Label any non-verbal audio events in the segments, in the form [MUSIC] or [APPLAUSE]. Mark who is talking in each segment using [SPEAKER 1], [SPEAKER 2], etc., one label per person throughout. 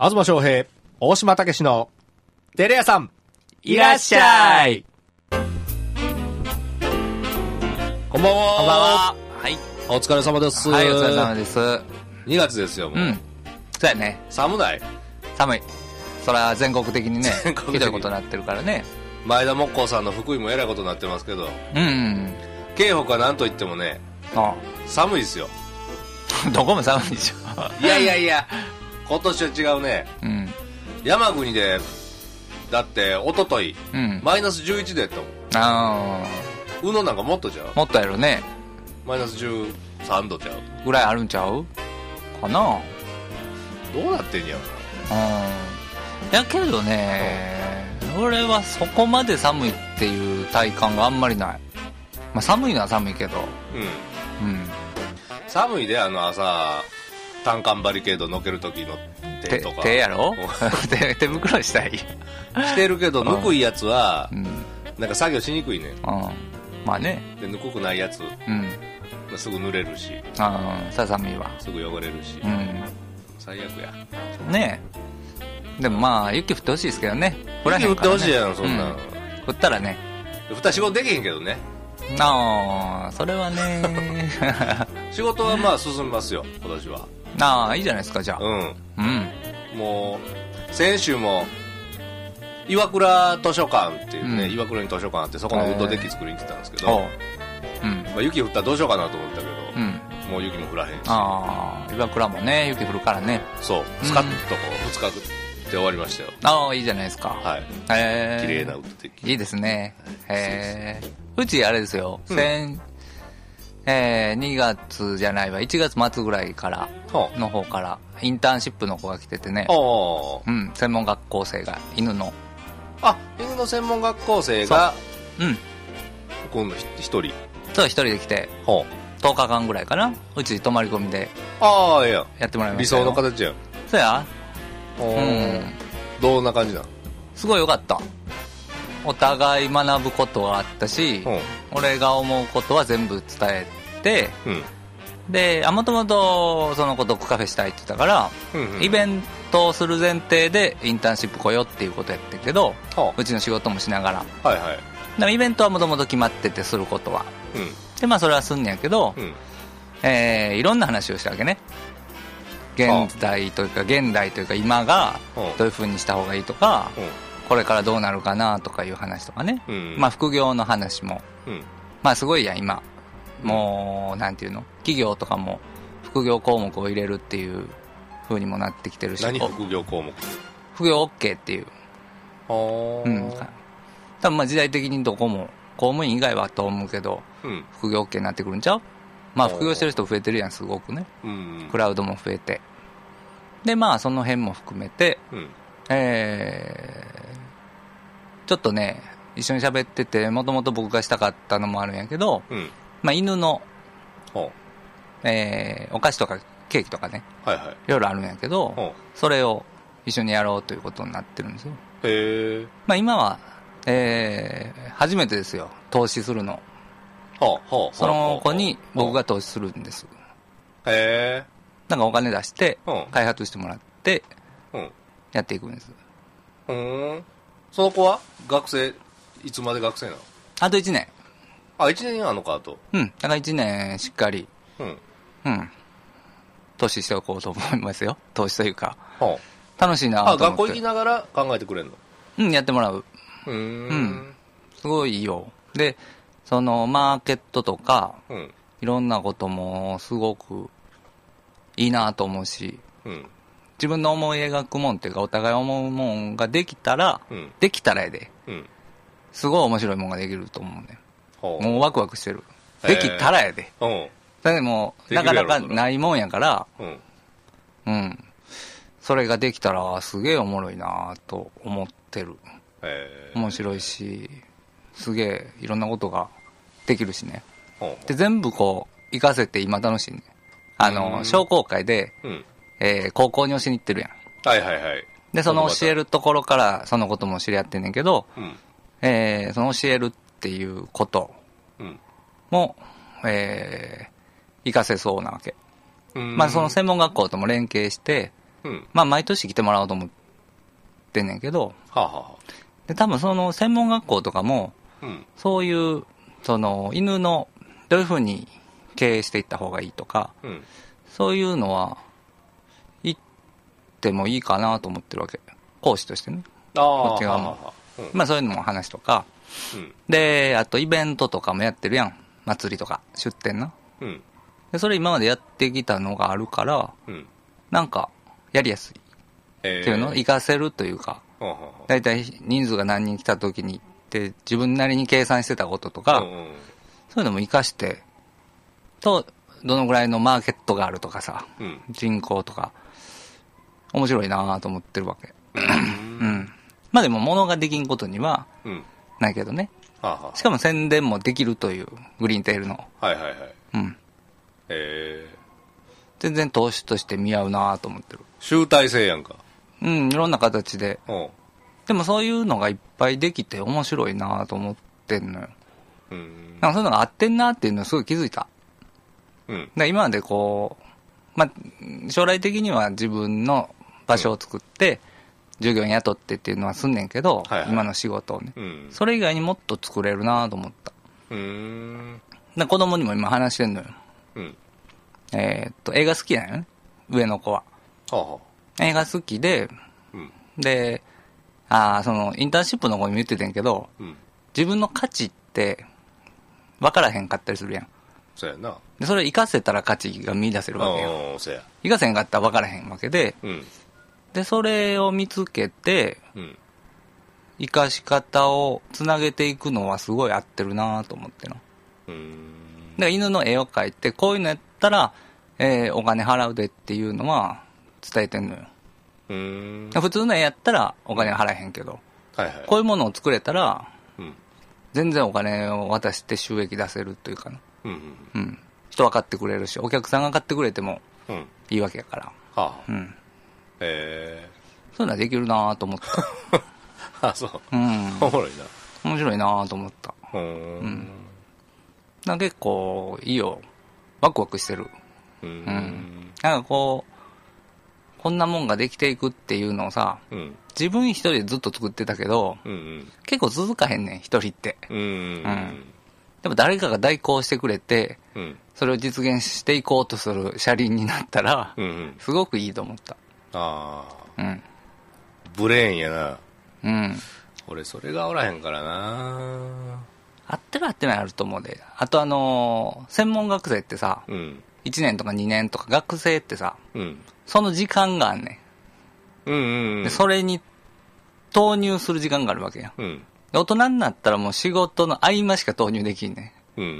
[SPEAKER 1] 東翔平、大島武史の、テレ屋さん、
[SPEAKER 2] いらっしゃい
[SPEAKER 1] こんばんは。
[SPEAKER 2] こんばんは。はい。
[SPEAKER 1] お疲れ様です。
[SPEAKER 2] はい、お疲れ様です。う
[SPEAKER 1] 2月ですよ、もう。
[SPEAKER 2] ん。そうやね。
[SPEAKER 1] 寒ない
[SPEAKER 2] 寒い。そら全国的にね、
[SPEAKER 1] 全国的に
[SPEAKER 2] ひどいことになってるからね。
[SPEAKER 1] 前田木工さんの福井もえらいことになってますけど、
[SPEAKER 2] うんうん
[SPEAKER 1] 京北はなんといってもね、
[SPEAKER 2] うん。あ [LAUGHS]
[SPEAKER 1] 寒いです [LAUGHS] よ。
[SPEAKER 2] あどこも寒いでしょ。
[SPEAKER 1] いやいやいや、今年は違うね。
[SPEAKER 2] うん。
[SPEAKER 1] 山国で、だって、一昨日
[SPEAKER 2] うん。
[SPEAKER 1] マイナス11度やったもん。
[SPEAKER 2] あ
[SPEAKER 1] 宇野なんかもっとじゃう
[SPEAKER 2] あ。もっとやろね。
[SPEAKER 1] マイナス13度ちゃう
[SPEAKER 2] ぐらいあるんちゃうかな。うん。
[SPEAKER 1] どうなってんやろ
[SPEAKER 2] やけどね、俺はそこまで寒いっていう体感があんまりない。まあ寒いのは寒いけど。
[SPEAKER 1] な。うん。
[SPEAKER 2] うん。
[SPEAKER 1] 寒いであの朝単管バリケードのける時の手
[SPEAKER 2] 手
[SPEAKER 1] とか
[SPEAKER 2] 手やろ
[SPEAKER 1] うん
[SPEAKER 2] [LAUGHS] 手手袋したい。
[SPEAKER 1] してるけどぬくいやつは
[SPEAKER 2] うん。うん。
[SPEAKER 1] なんか作業しにくいねん
[SPEAKER 2] まあね。
[SPEAKER 1] でぬくくないやつ
[SPEAKER 2] うん。
[SPEAKER 1] すぐ濡れるし
[SPEAKER 2] ああ、ささみは。
[SPEAKER 1] すぐ汚れるし、
[SPEAKER 2] うん。
[SPEAKER 1] 最悪や
[SPEAKER 2] ねえ。でもまあ、雪降ってほしいですけどね。降らへ
[SPEAKER 1] 雪降
[SPEAKER 2] ん
[SPEAKER 1] っ
[SPEAKER 2] か
[SPEAKER 1] て
[SPEAKER 2] らね
[SPEAKER 1] ほしいやんそんな、
[SPEAKER 2] うん降ったらね。
[SPEAKER 1] 二仕事できへんけどね
[SPEAKER 2] ああ、それはね。 [LAUGHS]
[SPEAKER 1] 仕事はまあ進みますよ今年は
[SPEAKER 2] ああ、いいじゃないですか、じゃあ。
[SPEAKER 1] う
[SPEAKER 2] うん。
[SPEAKER 1] んもう先週も岩倉図書館っていうね、
[SPEAKER 2] うん
[SPEAKER 1] 岩倉に図書館あってそこのウッドデッキ作りに行ってたんですけど、
[SPEAKER 2] おう。うん。
[SPEAKER 1] まあ、雪降ったらどうしようかなと思ったけど、
[SPEAKER 2] うん。
[SPEAKER 1] もう雪も降らへんし
[SPEAKER 2] ああ、岩倉もね、雪降るからね。
[SPEAKER 1] そう
[SPEAKER 2] うん
[SPEAKER 1] スカッとこう2日で終わりましたよ
[SPEAKER 2] ああ、いいじゃないですか。
[SPEAKER 1] はい
[SPEAKER 2] へえ。
[SPEAKER 1] 綺麗なウッドデッキ
[SPEAKER 2] いいですね。
[SPEAKER 1] はい
[SPEAKER 2] えーうちあれですよ、
[SPEAKER 1] うん
[SPEAKER 2] 先、えー、2月じゃないわ、1月末ぐらいから、
[SPEAKER 1] ほ
[SPEAKER 2] の方から、インターンシップの子が来ててね
[SPEAKER 1] う、おー
[SPEAKER 2] うん、専門学校生が、犬の、
[SPEAKER 1] あ犬の専門学校生が
[SPEAKER 2] うん、
[SPEAKER 1] 今度ひ一人
[SPEAKER 2] そう一人で来て、
[SPEAKER 1] ほう
[SPEAKER 2] 10日間ぐらいかな、うち泊まり込みで
[SPEAKER 1] ああいや
[SPEAKER 2] やってもらいま
[SPEAKER 1] 理
[SPEAKER 2] したよ
[SPEAKER 1] 想の形やん
[SPEAKER 2] そうや、
[SPEAKER 1] ほ
[SPEAKER 2] うん、
[SPEAKER 1] どんな感じなん
[SPEAKER 2] すごいよかった。お互い学ぶことがあったし、
[SPEAKER 1] ほ
[SPEAKER 2] 俺が思うことは全部伝えて、
[SPEAKER 1] ううん
[SPEAKER 2] で、あ、もともと、その子、ドッグカフェしたいって言ったから、
[SPEAKER 1] うんうん
[SPEAKER 2] イベントをする前提でインターンシップ来ようっていうことやってんけど
[SPEAKER 1] ほ
[SPEAKER 2] うちの仕事もしながらだか
[SPEAKER 1] うはいはい
[SPEAKER 2] らイベントはもともと決まっててすることは
[SPEAKER 1] う
[SPEAKER 2] でまあそれはすんねやけど、
[SPEAKER 1] んうん
[SPEAKER 2] えーいろんな話をしたわけね現代というか現代というか今が
[SPEAKER 1] ほ
[SPEAKER 2] どういう風にした方がいいとか
[SPEAKER 1] う
[SPEAKER 2] これからどうなるかなとかいう話とかね、
[SPEAKER 1] うんうん
[SPEAKER 2] まあ副業の話も
[SPEAKER 1] うん
[SPEAKER 2] まあすごいやん今もうなんていうの企業とかも副業項目を入れるっていう風にもなってきてるし
[SPEAKER 1] 何
[SPEAKER 2] お
[SPEAKER 1] 副業項目
[SPEAKER 2] 副業 OK っていう
[SPEAKER 1] ほ
[SPEAKER 2] うん、多分まあ時代的にどこも公務員以外はと思うけど
[SPEAKER 1] うん
[SPEAKER 2] 副業 OK になってくるんちゃうまあ
[SPEAKER 1] おー
[SPEAKER 2] 副業してる人増えてるやんすごくね
[SPEAKER 1] うん
[SPEAKER 2] クラウドも増えてでまあその辺も含めて
[SPEAKER 1] うん
[SPEAKER 2] えー、ちょっとね一緒に喋っててもともと僕がしたかったのもあるんやけど、
[SPEAKER 1] うん
[SPEAKER 2] まあ、犬の、
[SPEAKER 1] ほ
[SPEAKER 2] えーお菓子とかケーキとかね
[SPEAKER 1] うはいはい
[SPEAKER 2] いろいろあるんやけど
[SPEAKER 1] ほ
[SPEAKER 2] それを一緒にやろうということになってるんですよ
[SPEAKER 1] うへえ
[SPEAKER 2] まあ、今は、えー初めてですよ、投資するの。
[SPEAKER 1] ほうほう
[SPEAKER 2] その子
[SPEAKER 1] ほう
[SPEAKER 2] に
[SPEAKER 1] ほう
[SPEAKER 2] 僕が投資するんです。
[SPEAKER 1] へえ
[SPEAKER 2] なんかお金出して
[SPEAKER 1] うん、
[SPEAKER 2] 開発してもらって、
[SPEAKER 1] うん
[SPEAKER 2] やっていくんです。
[SPEAKER 1] ふーんその子は学生いつまで学生なの
[SPEAKER 2] あと1年。
[SPEAKER 1] あ1年あんのかあと
[SPEAKER 2] うん。だから1年しっかり、
[SPEAKER 1] うん
[SPEAKER 2] うん。投資しておこうと思いますよ。投資というか。
[SPEAKER 1] は
[SPEAKER 2] 楽しいな
[SPEAKER 1] ああ
[SPEAKER 2] と
[SPEAKER 1] 学
[SPEAKER 2] 思
[SPEAKER 1] 校
[SPEAKER 2] っ
[SPEAKER 1] 行
[SPEAKER 2] て。
[SPEAKER 1] きながら考えてくれんの
[SPEAKER 2] うん、やってもらう。
[SPEAKER 1] うーん
[SPEAKER 2] んすごいいいよ。で、その、マーケットとか、
[SPEAKER 1] うん
[SPEAKER 2] いろんなことも、すごく、いいなと思うし、
[SPEAKER 1] うん
[SPEAKER 2] 自分の思い描くもんっていうかお互い思うもんができたら、
[SPEAKER 1] うん
[SPEAKER 2] できたらやで
[SPEAKER 1] うん
[SPEAKER 2] すごい面白いもんができると思うね
[SPEAKER 1] ほう
[SPEAKER 2] もうワクワクしてる
[SPEAKER 1] へー
[SPEAKER 2] できたらやで
[SPEAKER 1] うん
[SPEAKER 2] だってもう
[SPEAKER 1] で
[SPEAKER 2] な
[SPEAKER 1] きる
[SPEAKER 2] か
[SPEAKER 1] や
[SPEAKER 2] な
[SPEAKER 1] ろ
[SPEAKER 2] かないもんやから
[SPEAKER 1] うん
[SPEAKER 2] うんそれができたらすげえおもろいなと思ってる
[SPEAKER 1] え
[SPEAKER 2] 面白いしすげえいろんなことができるしね
[SPEAKER 1] ほ
[SPEAKER 2] で全部こう活かせて今楽しいねあ
[SPEAKER 1] うん
[SPEAKER 2] の商工会で、
[SPEAKER 1] ううん
[SPEAKER 2] えー高校に教えに行ってるやん
[SPEAKER 1] はいはいはい
[SPEAKER 2] でその教えるところからそのことも知り合ってんねんけど、
[SPEAKER 1] うん
[SPEAKER 2] えーその教えるっていうこと
[SPEAKER 1] うん
[SPEAKER 2] も、えー活かせそうなわけ。
[SPEAKER 1] うーん
[SPEAKER 2] まあ、その専門学校とも連携して、
[SPEAKER 1] うん。
[SPEAKER 2] まあ、毎年来てもらおうと思ってんねんけど、
[SPEAKER 1] はあ、は
[SPEAKER 2] で、多分その専門学校とかも、
[SPEAKER 1] あ、うん。
[SPEAKER 2] そういう、その、犬の、どういうふうに経営していった方がいいとか、
[SPEAKER 1] うん。
[SPEAKER 2] そういうのは、行ってもいいかなと思ってるわけ。講師としてね。
[SPEAKER 1] ああ、
[SPEAKER 2] こっち側も
[SPEAKER 1] はあはあうん。
[SPEAKER 2] まあそういうのも話とか。
[SPEAKER 1] うん。
[SPEAKER 2] で、あとイベントとかもやってるやん。祭りとか、出店な。
[SPEAKER 1] うん。
[SPEAKER 2] で、それ今までやってきたのがあるから、
[SPEAKER 1] うん。
[SPEAKER 2] なんか、やりやすい
[SPEAKER 1] え
[SPEAKER 2] っていうのを活かせるというか、
[SPEAKER 1] はあはあは
[SPEAKER 2] だいたい人数が何人来た時にって、自分なりに計算してたことと
[SPEAKER 1] あ
[SPEAKER 2] か、
[SPEAKER 1] うんうん
[SPEAKER 2] そういうのも活かして、と、どのぐらいのマーケットがあるとかさ、
[SPEAKER 1] うん。
[SPEAKER 2] 人口とか、面白いなと思ってるわけ。
[SPEAKER 1] う。
[SPEAKER 2] うんん。まあでも物ができんことには
[SPEAKER 1] うん。
[SPEAKER 2] ないけどね。
[SPEAKER 1] はあは
[SPEAKER 2] しかも宣伝もできるという、グリーンテールの。
[SPEAKER 1] あ。はいはいはい。
[SPEAKER 2] うん。
[SPEAKER 1] ええ
[SPEAKER 2] 全然投資として見合うなと思ってる。
[SPEAKER 1] 集大成やんか。
[SPEAKER 2] うん、いろんな形で。
[SPEAKER 1] うん。
[SPEAKER 2] でもそういうのがいっぱいできて面白いなと思ってんのよ。
[SPEAKER 1] うん。
[SPEAKER 2] なんかそういうのが合ってんなっていうのすごい気づいた。
[SPEAKER 1] うん。
[SPEAKER 2] で今までこう、まあ、将来的には自分の場所を作って、従業員雇ってっていうのはすんねんけど、
[SPEAKER 1] はいはい
[SPEAKER 2] 今の仕事をね。
[SPEAKER 1] うん。
[SPEAKER 2] それ以外にもっと作れるなと思った。
[SPEAKER 1] うん。
[SPEAKER 2] で子供にも今話してんのよ。
[SPEAKER 1] うん。
[SPEAKER 2] えーっと、映画好きなのね。上の子は。
[SPEAKER 1] はあはあ。
[SPEAKER 2] 映画好きで、
[SPEAKER 1] うん。
[SPEAKER 2] で、ああ、その、インターンシップの子にも言っててんけど、
[SPEAKER 1] うん。
[SPEAKER 2] 自分の価値って、分からへんかったりするやん。
[SPEAKER 1] そうやな。
[SPEAKER 2] で、それ活かせたら価値が見出せるわけやん。
[SPEAKER 1] うん、そうや。
[SPEAKER 2] 活かせへんかったら分からへんわけで、
[SPEAKER 1] うん。
[SPEAKER 2] で、それを見つけて、
[SPEAKER 1] うん。
[SPEAKER 2] 活かし方をつなげていくのはすごい合ってるなと思ってな。だか
[SPEAKER 1] うん。
[SPEAKER 2] ら犬の絵を描いて、こういうのやったら、えーお金払うでっていうのは伝えてんのよ。
[SPEAKER 1] うん。
[SPEAKER 2] 普通の絵やったらお金は払えへんけど、
[SPEAKER 1] はいはい。
[SPEAKER 2] こういうものを作れたら、
[SPEAKER 1] うん。
[SPEAKER 2] 全然お金を渡して収益出せるというかな。
[SPEAKER 1] うん。
[SPEAKER 2] うん。人は買ってくれるし、お客さんが買ってくれても
[SPEAKER 1] うん。うん。
[SPEAKER 2] いいわけやから。
[SPEAKER 1] はあ。
[SPEAKER 2] うん。
[SPEAKER 1] え
[SPEAKER 2] そういうのはできるなと思った。
[SPEAKER 1] え [LAUGHS] あ、そう。
[SPEAKER 2] うん。
[SPEAKER 1] おもろいな。
[SPEAKER 2] 面白いなと思った。
[SPEAKER 1] うん。
[SPEAKER 2] なんか結構いいよ。ワクワクしてる。
[SPEAKER 1] うん。
[SPEAKER 2] なんかこう、こんなもんができていくっていうのをさ、
[SPEAKER 1] うん。
[SPEAKER 2] 自分一人でずっと作ってたけど、
[SPEAKER 1] うん。
[SPEAKER 2] 結構続かへんねん、一人って。
[SPEAKER 1] うん。
[SPEAKER 2] でも誰かが代行してくれて、
[SPEAKER 1] うん。
[SPEAKER 2] それを実現していこうとする車輪になったら、
[SPEAKER 1] うん。
[SPEAKER 2] すごくいいと思った。
[SPEAKER 1] ああ。
[SPEAKER 2] うん。
[SPEAKER 1] ブレーンやな。
[SPEAKER 2] うん。
[SPEAKER 1] 俺、それがおらへんからな。
[SPEAKER 2] 合ってる合ってないあると思うで。あとあのー専門学生ってさ、
[SPEAKER 1] うん。
[SPEAKER 2] 1年とか2年とか学生ってさ、
[SPEAKER 1] うん。
[SPEAKER 2] その時間があんね
[SPEAKER 1] うん
[SPEAKER 2] ん。
[SPEAKER 1] う
[SPEAKER 2] で、
[SPEAKER 1] ん。
[SPEAKER 2] それに投入する時間があるわけやん。
[SPEAKER 1] うん。
[SPEAKER 2] で大人になったらもう仕事の合間しか投入できんねん。
[SPEAKER 1] うんうん。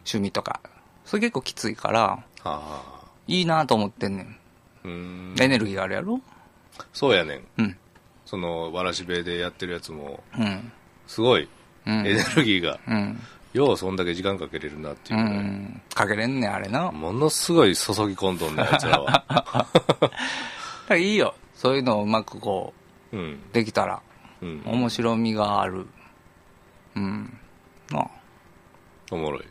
[SPEAKER 2] 趣味とか。それ結構きついから、
[SPEAKER 1] はあ。
[SPEAKER 2] いいなと思ってんねん。
[SPEAKER 1] うん。
[SPEAKER 2] エネルギーがあるやろ
[SPEAKER 1] そうやねん。
[SPEAKER 2] うん。
[SPEAKER 1] その、わらしべでやってるやつも、
[SPEAKER 2] うん。
[SPEAKER 1] すごい、
[SPEAKER 2] う
[SPEAKER 1] エ
[SPEAKER 2] ん。
[SPEAKER 1] ネルギーが、
[SPEAKER 2] うん。
[SPEAKER 1] ようそんだけ時間かけれるなっていううぐらい
[SPEAKER 2] ん。かけれんねん、あれな。だか
[SPEAKER 1] ものすごい注ぎ込んどんね、あいつら [LAUGHS] は。
[SPEAKER 2] らいいよ。そういうのをうまくこ
[SPEAKER 1] うん。
[SPEAKER 2] う、できたら。
[SPEAKER 1] うん。
[SPEAKER 2] 面白みがある。うん。まあ、
[SPEAKER 1] おもろい。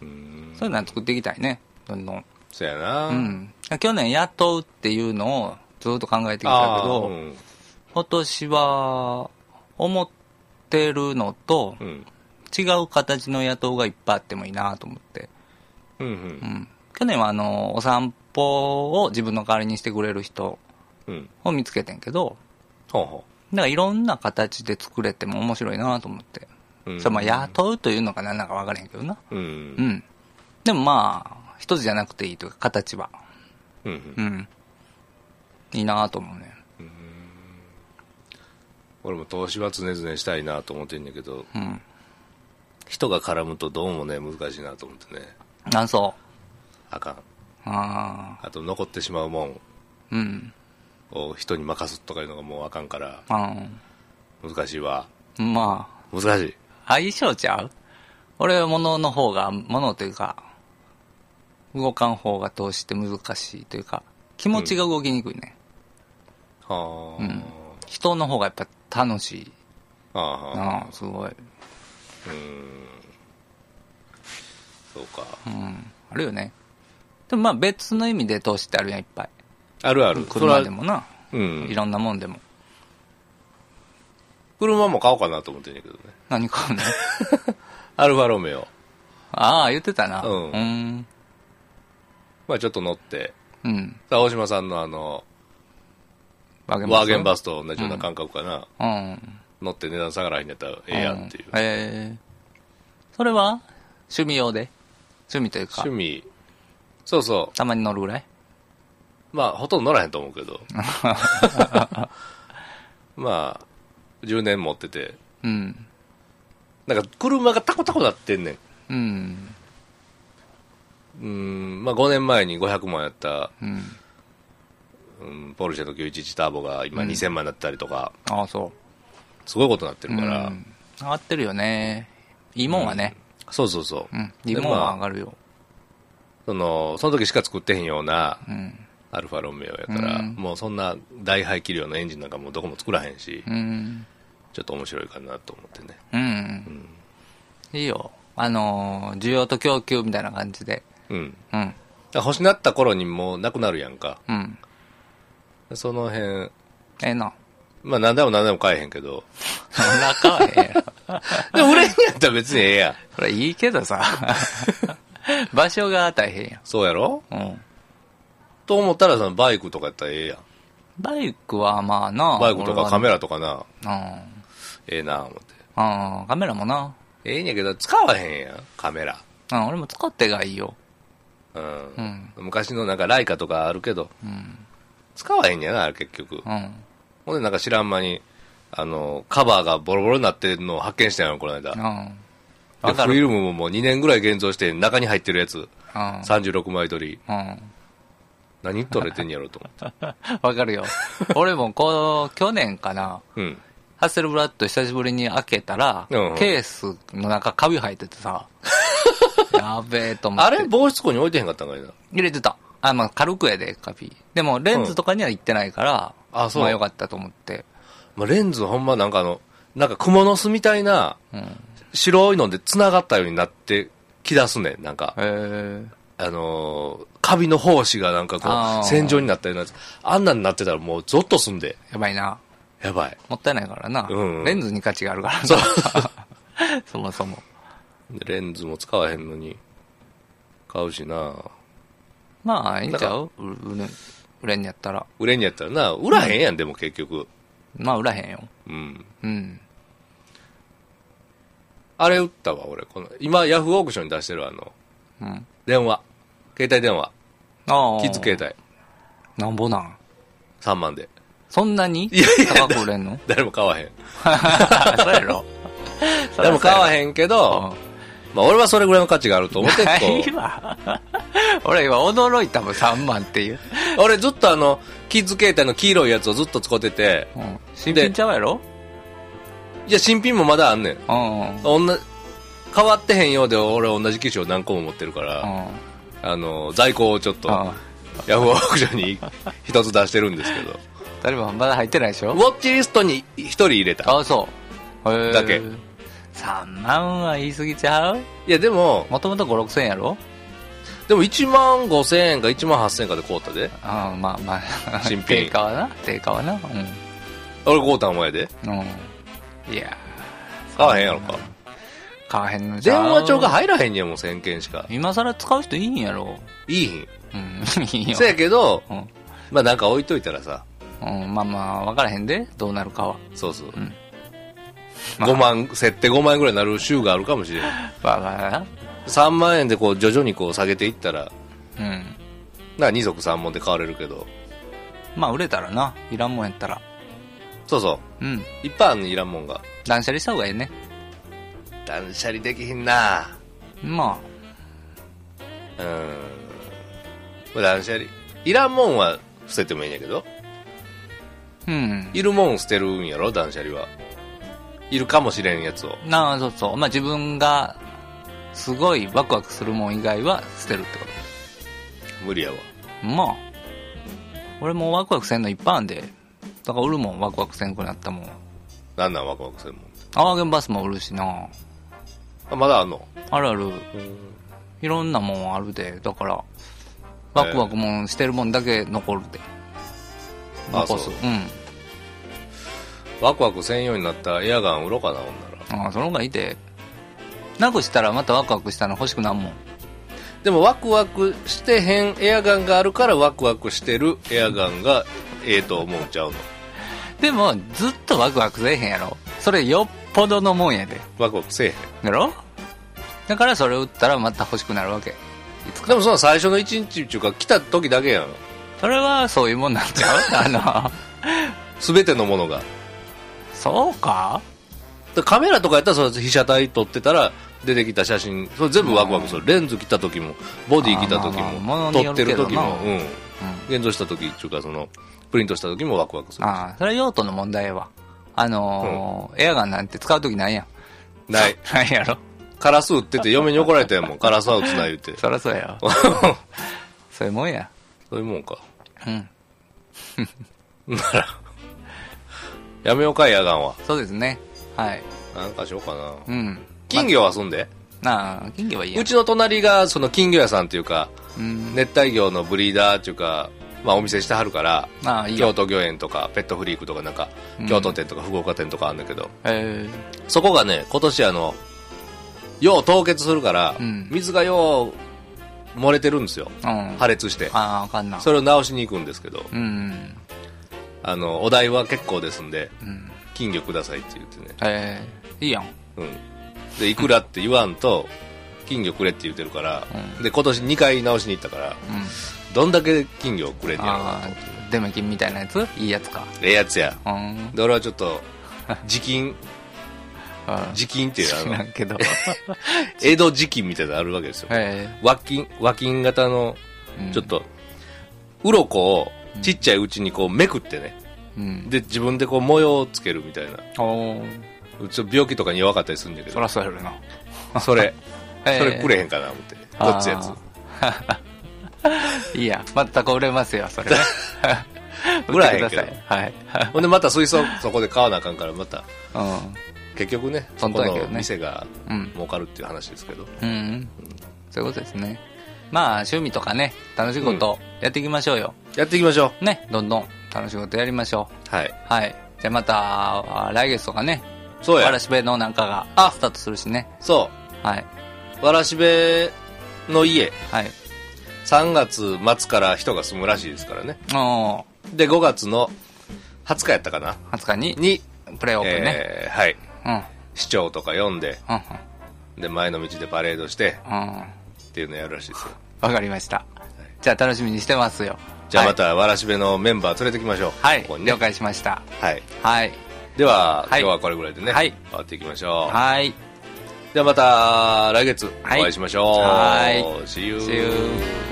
[SPEAKER 1] うーん。
[SPEAKER 2] そういうのは作っていきたいね。どんどん。
[SPEAKER 1] そやな。
[SPEAKER 2] うん。去年雇うっていうのをずっと考えてきた
[SPEAKER 1] あ
[SPEAKER 2] け
[SPEAKER 1] あ。う
[SPEAKER 2] ど、
[SPEAKER 1] ん。
[SPEAKER 2] 今年は、思ってるのと
[SPEAKER 1] う、ん。
[SPEAKER 2] 違う形の雇うがいっぱいあってもいいなと思って。
[SPEAKER 1] うんう。
[SPEAKER 2] うんん。去年はあの、お散歩を自分の代わりにしてくれる人
[SPEAKER 1] うん。
[SPEAKER 2] を見つけてんけど、
[SPEAKER 1] ほうほ
[SPEAKER 2] だからいろんな形で作れても面白いなと思って。
[SPEAKER 1] う。うん
[SPEAKER 2] それまあ雇うというのか何なのか分からへんけどな。
[SPEAKER 1] うん。
[SPEAKER 2] う
[SPEAKER 1] うん。
[SPEAKER 2] ん。でもまあ、一つじゃなくていいというか、形は。
[SPEAKER 1] う。
[SPEAKER 2] うんん。いいなと思うね。
[SPEAKER 1] 俺も投資は常々したいなと思ってんだけど、
[SPEAKER 2] うん。
[SPEAKER 1] 人が絡むとどうもね、難しいなと思ってね。
[SPEAKER 2] あ、そ
[SPEAKER 1] あかん。
[SPEAKER 2] う。ああ。
[SPEAKER 1] あと残ってしまうもん
[SPEAKER 2] うん。
[SPEAKER 1] を人に任すとかいうのがもうあかんから、
[SPEAKER 2] あ
[SPEAKER 1] 難しいわ。
[SPEAKER 2] あ。ま
[SPEAKER 1] 難しい。
[SPEAKER 2] あ、相性ちゃう俺は物の方が、物というか、動かん方が通して難しいというか、気持ちが動きにくいね。
[SPEAKER 1] はあ。
[SPEAKER 2] うん人の方がやっぱ楽しい。
[SPEAKER 1] ああ。
[SPEAKER 2] ああ、すごい。
[SPEAKER 1] うーん。そうか。
[SPEAKER 2] うん。あるよね。でもまあ別の意味で通してあるやん、いっぱい。
[SPEAKER 1] あるある。それ
[SPEAKER 2] 車で
[SPEAKER 1] は、
[SPEAKER 2] もな、
[SPEAKER 1] う
[SPEAKER 2] い
[SPEAKER 1] ん。
[SPEAKER 2] ろんなもんでも。
[SPEAKER 1] 車も買おうかなと思ってんねんけどね。
[SPEAKER 2] 何買
[SPEAKER 1] [LAUGHS]
[SPEAKER 2] うの
[SPEAKER 1] アルファロメオ。
[SPEAKER 2] ああ、言ってたな。
[SPEAKER 1] うん
[SPEAKER 2] ーん。
[SPEAKER 1] まあちょっと乗って。
[SPEAKER 2] うん。
[SPEAKER 1] さあ、大島さんのあの、
[SPEAKER 2] ワー
[SPEAKER 1] ワーゲンバ
[SPEAKER 2] ス。
[SPEAKER 1] スと同じような感覚かな。
[SPEAKER 2] うん。
[SPEAKER 1] 乗って値段下がらへんやったらええやんっていう。
[SPEAKER 2] んええそれは趣味用で趣味というか
[SPEAKER 1] 趣、味、そうそ。
[SPEAKER 2] たまに乗るぐらいう
[SPEAKER 1] まあ、ほとんど乗らへんと思うけ
[SPEAKER 2] [LAUGHS]
[SPEAKER 1] ど。まあ、10年持ってて。
[SPEAKER 2] うん。
[SPEAKER 1] なんか、車がタコタコなってんねん。
[SPEAKER 2] うん。
[SPEAKER 1] うん、まあ5年前に500万やった、
[SPEAKER 2] うん。
[SPEAKER 1] うん、ポルシェの911ターボが今
[SPEAKER 2] うん
[SPEAKER 1] 2000万になったりとか、
[SPEAKER 2] ああ、そう。
[SPEAKER 1] すごいことになってるから、
[SPEAKER 2] うん上がってるよねいいもんはね、
[SPEAKER 1] そうそうそう。
[SPEAKER 2] うんいいもんは上がるよ、
[SPEAKER 1] その、その時しか作ってへんような
[SPEAKER 2] うん
[SPEAKER 1] アルファロメオやから、
[SPEAKER 2] うん
[SPEAKER 1] もうそんな大排気量のエンジンなんかもうどこも作らへんし、
[SPEAKER 2] うん
[SPEAKER 1] ちょっと面白いかなと思ってね。
[SPEAKER 2] うん、いいよあのー需要と供給みたいな感じで
[SPEAKER 1] うん。
[SPEAKER 2] うん
[SPEAKER 1] だから欲しなった頃にもうなくなるやんか。
[SPEAKER 2] うん
[SPEAKER 1] その辺、
[SPEAKER 2] ええな
[SPEAKER 1] まあ何でも何でも買えへんけ
[SPEAKER 2] [LAUGHS]
[SPEAKER 1] ど、
[SPEAKER 2] 仲はええやろ [LAUGHS]
[SPEAKER 1] でも売れへんやったら別にええやん。
[SPEAKER 2] それいいけどさ [LAUGHS] 場所が大変や
[SPEAKER 1] そうやろ
[SPEAKER 2] ん、うん、
[SPEAKER 1] と思ったらそのバイクとかやったらええやん。
[SPEAKER 2] バイクはまあな
[SPEAKER 1] バイクとかカメ
[SPEAKER 2] ラ
[SPEAKER 1] ラとかな、
[SPEAKER 2] うん
[SPEAKER 1] ええな思って。
[SPEAKER 2] あカメラもな、
[SPEAKER 1] ええんやけど、使わへんやん、カメラ。
[SPEAKER 2] うん、俺も使ってがいいよ
[SPEAKER 1] うん。
[SPEAKER 2] うん
[SPEAKER 1] 昔のなんかライカとかあるけど、
[SPEAKER 2] うん
[SPEAKER 1] 使わへんやな、あれ結局。
[SPEAKER 2] うん
[SPEAKER 1] ほんでなんか知らん間に、あの、カバーがボロボロになってるのを発見したんやん、この間。
[SPEAKER 2] う
[SPEAKER 1] で
[SPEAKER 2] ん
[SPEAKER 1] フ
[SPEAKER 2] わかる
[SPEAKER 1] ィルムももう2年ぐらい現像して、中に入ってるやつ、
[SPEAKER 2] うん
[SPEAKER 1] 36枚撮り。
[SPEAKER 2] うん
[SPEAKER 1] 何撮れてんやろと思
[SPEAKER 2] [LAUGHS]
[SPEAKER 1] って。
[SPEAKER 2] わかるよ。俺もこう、去年かな、
[SPEAKER 1] うん。
[SPEAKER 2] ハッセルブラッド久しぶりに開けたら、
[SPEAKER 1] うんうん
[SPEAKER 2] ケースの中カビ入ってて
[SPEAKER 1] [LAUGHS]
[SPEAKER 2] さ、やべえと思っ
[SPEAKER 1] あ
[SPEAKER 2] て。
[SPEAKER 1] れ、防湿庫に置いてへんかったんかいな。
[SPEAKER 2] 入れてた。あ、まあ軽くやで、カビ。でもレンズとかには行ってないから、
[SPEAKER 1] うんあそう
[SPEAKER 2] まあよかったと思って。
[SPEAKER 1] まあ、レンズほんまなんかあの、なんか蜘蛛の巣みたいな、
[SPEAKER 2] うん。へ
[SPEAKER 1] 白いので繋がったようになってきだすねん、なんか。
[SPEAKER 2] え。
[SPEAKER 1] あのーカビの胞子がなんか
[SPEAKER 2] あ
[SPEAKER 1] こ
[SPEAKER 2] ー
[SPEAKER 1] う、戦場になったようなやつ。あんなんなってたらもうゾッとすんで。
[SPEAKER 2] やばいな。
[SPEAKER 1] やばい。
[SPEAKER 2] もったいないからな。
[SPEAKER 1] うんうん
[SPEAKER 2] レンズに価値があるからな
[SPEAKER 1] そう
[SPEAKER 2] [LAUGHS] そもそも。
[SPEAKER 1] レンズも使わへんのに、買うしな
[SPEAKER 2] まあ、いいんちゃうう売れ売れんやったら。
[SPEAKER 1] 売れんやったらな、売らへんやん、でも結局。
[SPEAKER 2] まあ、売らへんよ。
[SPEAKER 1] うん。
[SPEAKER 2] うん。
[SPEAKER 1] あれ売ったわ、俺。この、今、ヤフーオークションに出してるあの、
[SPEAKER 2] うん。
[SPEAKER 1] 電話。携帯電話。
[SPEAKER 2] ああ。
[SPEAKER 1] キッズ携帯。
[SPEAKER 2] なんぼなん
[SPEAKER 1] 3万で。
[SPEAKER 2] そんなに
[SPEAKER 1] いやいや
[SPEAKER 2] 高く売れんの
[SPEAKER 1] 誰も買わへん。
[SPEAKER 2] [LAUGHS] そうやろ。
[SPEAKER 1] 誰も買わ
[SPEAKER 2] ん。
[SPEAKER 1] へんけど、まあ俺はそれぐらいの価値があると思って、
[SPEAKER 2] ない
[SPEAKER 1] こ
[SPEAKER 2] わ。 [LAUGHS] 俺今驚いたもん、3万っていう。
[SPEAKER 1] う。俺ずっとあの、キッズ携帯の黄色いやつをずっと使ってて、
[SPEAKER 2] うん。新品ちゃうやろ
[SPEAKER 1] いや、新品もまだあんねん。
[SPEAKER 2] うん。うん。
[SPEAKER 1] 同じ変わってへんようで俺同じ機種を何個も持ってるから、あの在庫をちょっと
[SPEAKER 2] うん
[SPEAKER 1] ヤフーオークションに一つ出してるんですけど
[SPEAKER 2] 誰もまだ入ってないでし
[SPEAKER 1] ウ
[SPEAKER 2] ょ
[SPEAKER 1] ォッチリストに一人入れた
[SPEAKER 2] あ、そう。へー
[SPEAKER 1] だけ。
[SPEAKER 2] 3万は言い過ぎちゃう
[SPEAKER 1] いやでも
[SPEAKER 2] もともと5、6千円やろ
[SPEAKER 1] でも1万5千円か1万8千円かで買うたで
[SPEAKER 2] うん、まあまあ。
[SPEAKER 1] 新品
[SPEAKER 2] 定価はな。定価はな。う
[SPEAKER 1] 俺買うたんお前で
[SPEAKER 2] ん。うん。いや
[SPEAKER 1] 買わへんやろか
[SPEAKER 2] ー、買わへんのじ
[SPEAKER 1] 電
[SPEAKER 2] ゃう
[SPEAKER 1] 話帳が入らへんねやもん1000件しか
[SPEAKER 2] 今更使う人いいんやろ
[SPEAKER 1] いいひん
[SPEAKER 2] うん、いいよ
[SPEAKER 1] せ。やけど
[SPEAKER 2] うん
[SPEAKER 1] まあなんか置いといたらさ
[SPEAKER 2] うん、まあまあ、分からへんで、どうなるかは。
[SPEAKER 1] そうそう、
[SPEAKER 2] んまあ
[SPEAKER 1] 5万設定5万円ぐらいになる週があるかもしれない
[SPEAKER 2] まあまあ
[SPEAKER 1] 3万円でこう徐々にこう下げていったら
[SPEAKER 2] な、うん。
[SPEAKER 1] な2足3本で買われるけど
[SPEAKER 2] まあ、売れたらな、いらんもんやったら。
[SPEAKER 1] そうそう
[SPEAKER 2] うん。
[SPEAKER 1] いっぱいあんのいらんもんが。
[SPEAKER 2] 断捨離した方がええね。
[SPEAKER 1] 断捨離できひんな
[SPEAKER 2] ま
[SPEAKER 1] うーん。これ断捨離。いらんもんは捨ててもいいんやけど。
[SPEAKER 2] あ、うん。
[SPEAKER 1] いるもん捨てるんやろ、断捨離は。いるかもしれんやつを。
[SPEAKER 2] なあ、そうそう。まあ、自分が、すごいワクワクするもん以外は捨てるってこ
[SPEAKER 1] 無理やわ。
[SPEAKER 2] と。まあ、俺もワクワクせんの一般で、だから売るもんワクワクせんくなったもん。
[SPEAKER 1] なんなんワクワクするもん。
[SPEAKER 2] アワーゲンバスも売るしな。
[SPEAKER 1] あ、まだあんの
[SPEAKER 2] あるある、いろんなもんあるで。だから、ワクワクもんしてるもんだけ残るで。
[SPEAKER 1] あ
[SPEAKER 2] 残す
[SPEAKER 1] そう
[SPEAKER 2] うん
[SPEAKER 1] ワクワク専用になったエアガン売ろうかなほんなら
[SPEAKER 2] ああその方がいいでなくしたらまたワクワクしたの欲しくなんもん
[SPEAKER 1] でもワクワクしてへんエアガンがあるからワクワクしてるエアガンがええと思うちゃうの
[SPEAKER 2] でもずっとワクワクせえへんやろそれよっぽどのもんやで
[SPEAKER 1] ワクワクせえへん
[SPEAKER 2] やろだからそれ売ったらまた欲しくなるわけいつか
[SPEAKER 1] でもその最初の一日っていうか来た時だけやん
[SPEAKER 2] それはそういうもんなんち
[SPEAKER 1] [LAUGHS]
[SPEAKER 2] ゃうあの
[SPEAKER 1] 全てのものが
[SPEAKER 2] そうか
[SPEAKER 1] でカメラとかやったらその被写体撮ってたら出てきた写真それ全部ワクワクするレンズ来た時もボディ来た時
[SPEAKER 2] あーまあまあ
[SPEAKER 1] も
[SPEAKER 2] 物に
[SPEAKER 1] 撮
[SPEAKER 2] よ
[SPEAKER 1] って
[SPEAKER 2] るけ
[SPEAKER 1] る
[SPEAKER 2] ど
[SPEAKER 1] 時
[SPEAKER 2] な
[SPEAKER 1] も、うん、現像した時っていうかそのプリントした時もワクワクする
[SPEAKER 2] ああそれは用途の問題やわあのーエアガンなんて使う時ないやん
[SPEAKER 1] ない
[SPEAKER 2] [LAUGHS] ないやろ
[SPEAKER 1] カラス売ってて嫁に怒られたやもんカラスは打つな言う [LAUGHS] て
[SPEAKER 2] そりゃそうやわ [LAUGHS] そういうもんや
[SPEAKER 1] そういうもんか
[SPEAKER 2] うん
[SPEAKER 1] ならやめようかエアガンは
[SPEAKER 2] そうですねはい
[SPEAKER 1] なんかしようかな
[SPEAKER 2] うん
[SPEAKER 1] 金魚遊んで、
[SPEAKER 2] なあ金魚はいいや
[SPEAKER 1] うちの隣がその金魚屋さんっていうか
[SPEAKER 2] うん
[SPEAKER 1] 熱帯魚のブリーダーっていうか、まあ、お店してはるから
[SPEAKER 2] ああいいよ
[SPEAKER 1] 京都御苑とかペットフリークとかなんか
[SPEAKER 2] うん
[SPEAKER 1] 京都店とか福岡店とかあるんだけど、
[SPEAKER 2] え
[SPEAKER 1] そこがね今年あのよう凍結するから、
[SPEAKER 2] うん
[SPEAKER 1] 水がよう漏れてるんですよ
[SPEAKER 2] えうん
[SPEAKER 1] 破裂して
[SPEAKER 2] ああわかんな
[SPEAKER 1] それを直しに行くんですけど
[SPEAKER 2] うん
[SPEAKER 1] あのお代は結構ですんで
[SPEAKER 2] うん
[SPEAKER 1] 金魚くださいって言ってね、
[SPEAKER 2] ええいいやん
[SPEAKER 1] うん、でいくらって言わんと金魚くれって言ってるから、
[SPEAKER 2] う
[SPEAKER 1] で今年2回直しに行ったから
[SPEAKER 2] うん
[SPEAKER 1] どんだけ金魚くれてんのかなと
[SPEAKER 2] ああデメキンみたいなやついいやつか
[SPEAKER 1] ええやつや
[SPEAKER 2] うん
[SPEAKER 1] で俺はちょっ
[SPEAKER 2] [LAUGHS]
[SPEAKER 1] と時金時金っていう
[SPEAKER 2] 知
[SPEAKER 1] あ
[SPEAKER 2] ら
[SPEAKER 1] の
[SPEAKER 2] んけ
[SPEAKER 1] [LAUGHS]
[SPEAKER 2] ど
[SPEAKER 1] 江戸時金みたいなのあるわけですよ
[SPEAKER 2] え
[SPEAKER 1] 和金和金型の
[SPEAKER 2] えうん
[SPEAKER 1] ちょっと鱗をちっちゃいうちにこうめくってね
[SPEAKER 2] うん
[SPEAKER 1] で自分でこう模様をつけるみたいな
[SPEAKER 2] おお
[SPEAKER 1] うちの病気とかに弱かったりするんだけ
[SPEAKER 2] そ
[SPEAKER 1] ど
[SPEAKER 2] らそうやろな
[SPEAKER 1] それ
[SPEAKER 2] え
[SPEAKER 1] [LAUGHS]
[SPEAKER 2] え
[SPEAKER 1] それくれへんかな思ってこっちやつ
[SPEAKER 2] [LAUGHS] いいや全く売れますよそ
[SPEAKER 1] [LAUGHS]
[SPEAKER 2] れ
[SPEAKER 1] 売らへんけど
[SPEAKER 2] 売ってくださいはい
[SPEAKER 1] ほんでまた水槽そこで買わなあかんからまた
[SPEAKER 2] うん
[SPEAKER 1] 結局ねそ
[SPEAKER 2] 本当
[SPEAKER 1] こ
[SPEAKER 2] だけどね
[SPEAKER 1] の店が
[SPEAKER 2] うん
[SPEAKER 1] 儲かるっていう話ですけど
[SPEAKER 2] うん、そういうことですね。まあ、趣味とかね、楽しいことやっていきましょうよ。
[SPEAKER 1] やっていきましょう
[SPEAKER 2] ね、どんどん楽しいことやりましょ。
[SPEAKER 1] はいう
[SPEAKER 2] はい。じゃあまた、来月とかね、
[SPEAKER 1] そう
[SPEAKER 2] わ
[SPEAKER 1] や
[SPEAKER 2] らしべのなんかがあスタートするしね。
[SPEAKER 1] そ
[SPEAKER 2] はい。
[SPEAKER 1] うわらしべの家
[SPEAKER 2] はい。
[SPEAKER 1] 3月末から人が住むらしいですからね
[SPEAKER 2] お
[SPEAKER 1] で5月の20日やったかな
[SPEAKER 2] ー20日に、
[SPEAKER 1] に、
[SPEAKER 2] プレイオープンね。
[SPEAKER 1] えーはい市長とか読んで
[SPEAKER 2] うん。
[SPEAKER 1] で前の道でパレードして
[SPEAKER 2] うん。うん。
[SPEAKER 1] っていうのやるらしいですよ
[SPEAKER 2] わかりました。じゃあ楽しみにしてますよ。
[SPEAKER 1] じゃあ
[SPEAKER 2] はい
[SPEAKER 1] ま。たわらしべのメンバー連れてきましょう
[SPEAKER 2] はい。
[SPEAKER 1] ここにね
[SPEAKER 2] 了解しました。
[SPEAKER 1] はい、
[SPEAKER 2] はい。
[SPEAKER 1] では、
[SPEAKER 2] はい
[SPEAKER 1] 今日はこれぐらいでね、
[SPEAKER 2] はい
[SPEAKER 1] 終わっていきましょう
[SPEAKER 2] はい。
[SPEAKER 1] ではまた来月お会いしましょう、
[SPEAKER 2] はいは
[SPEAKER 1] See you
[SPEAKER 2] See you.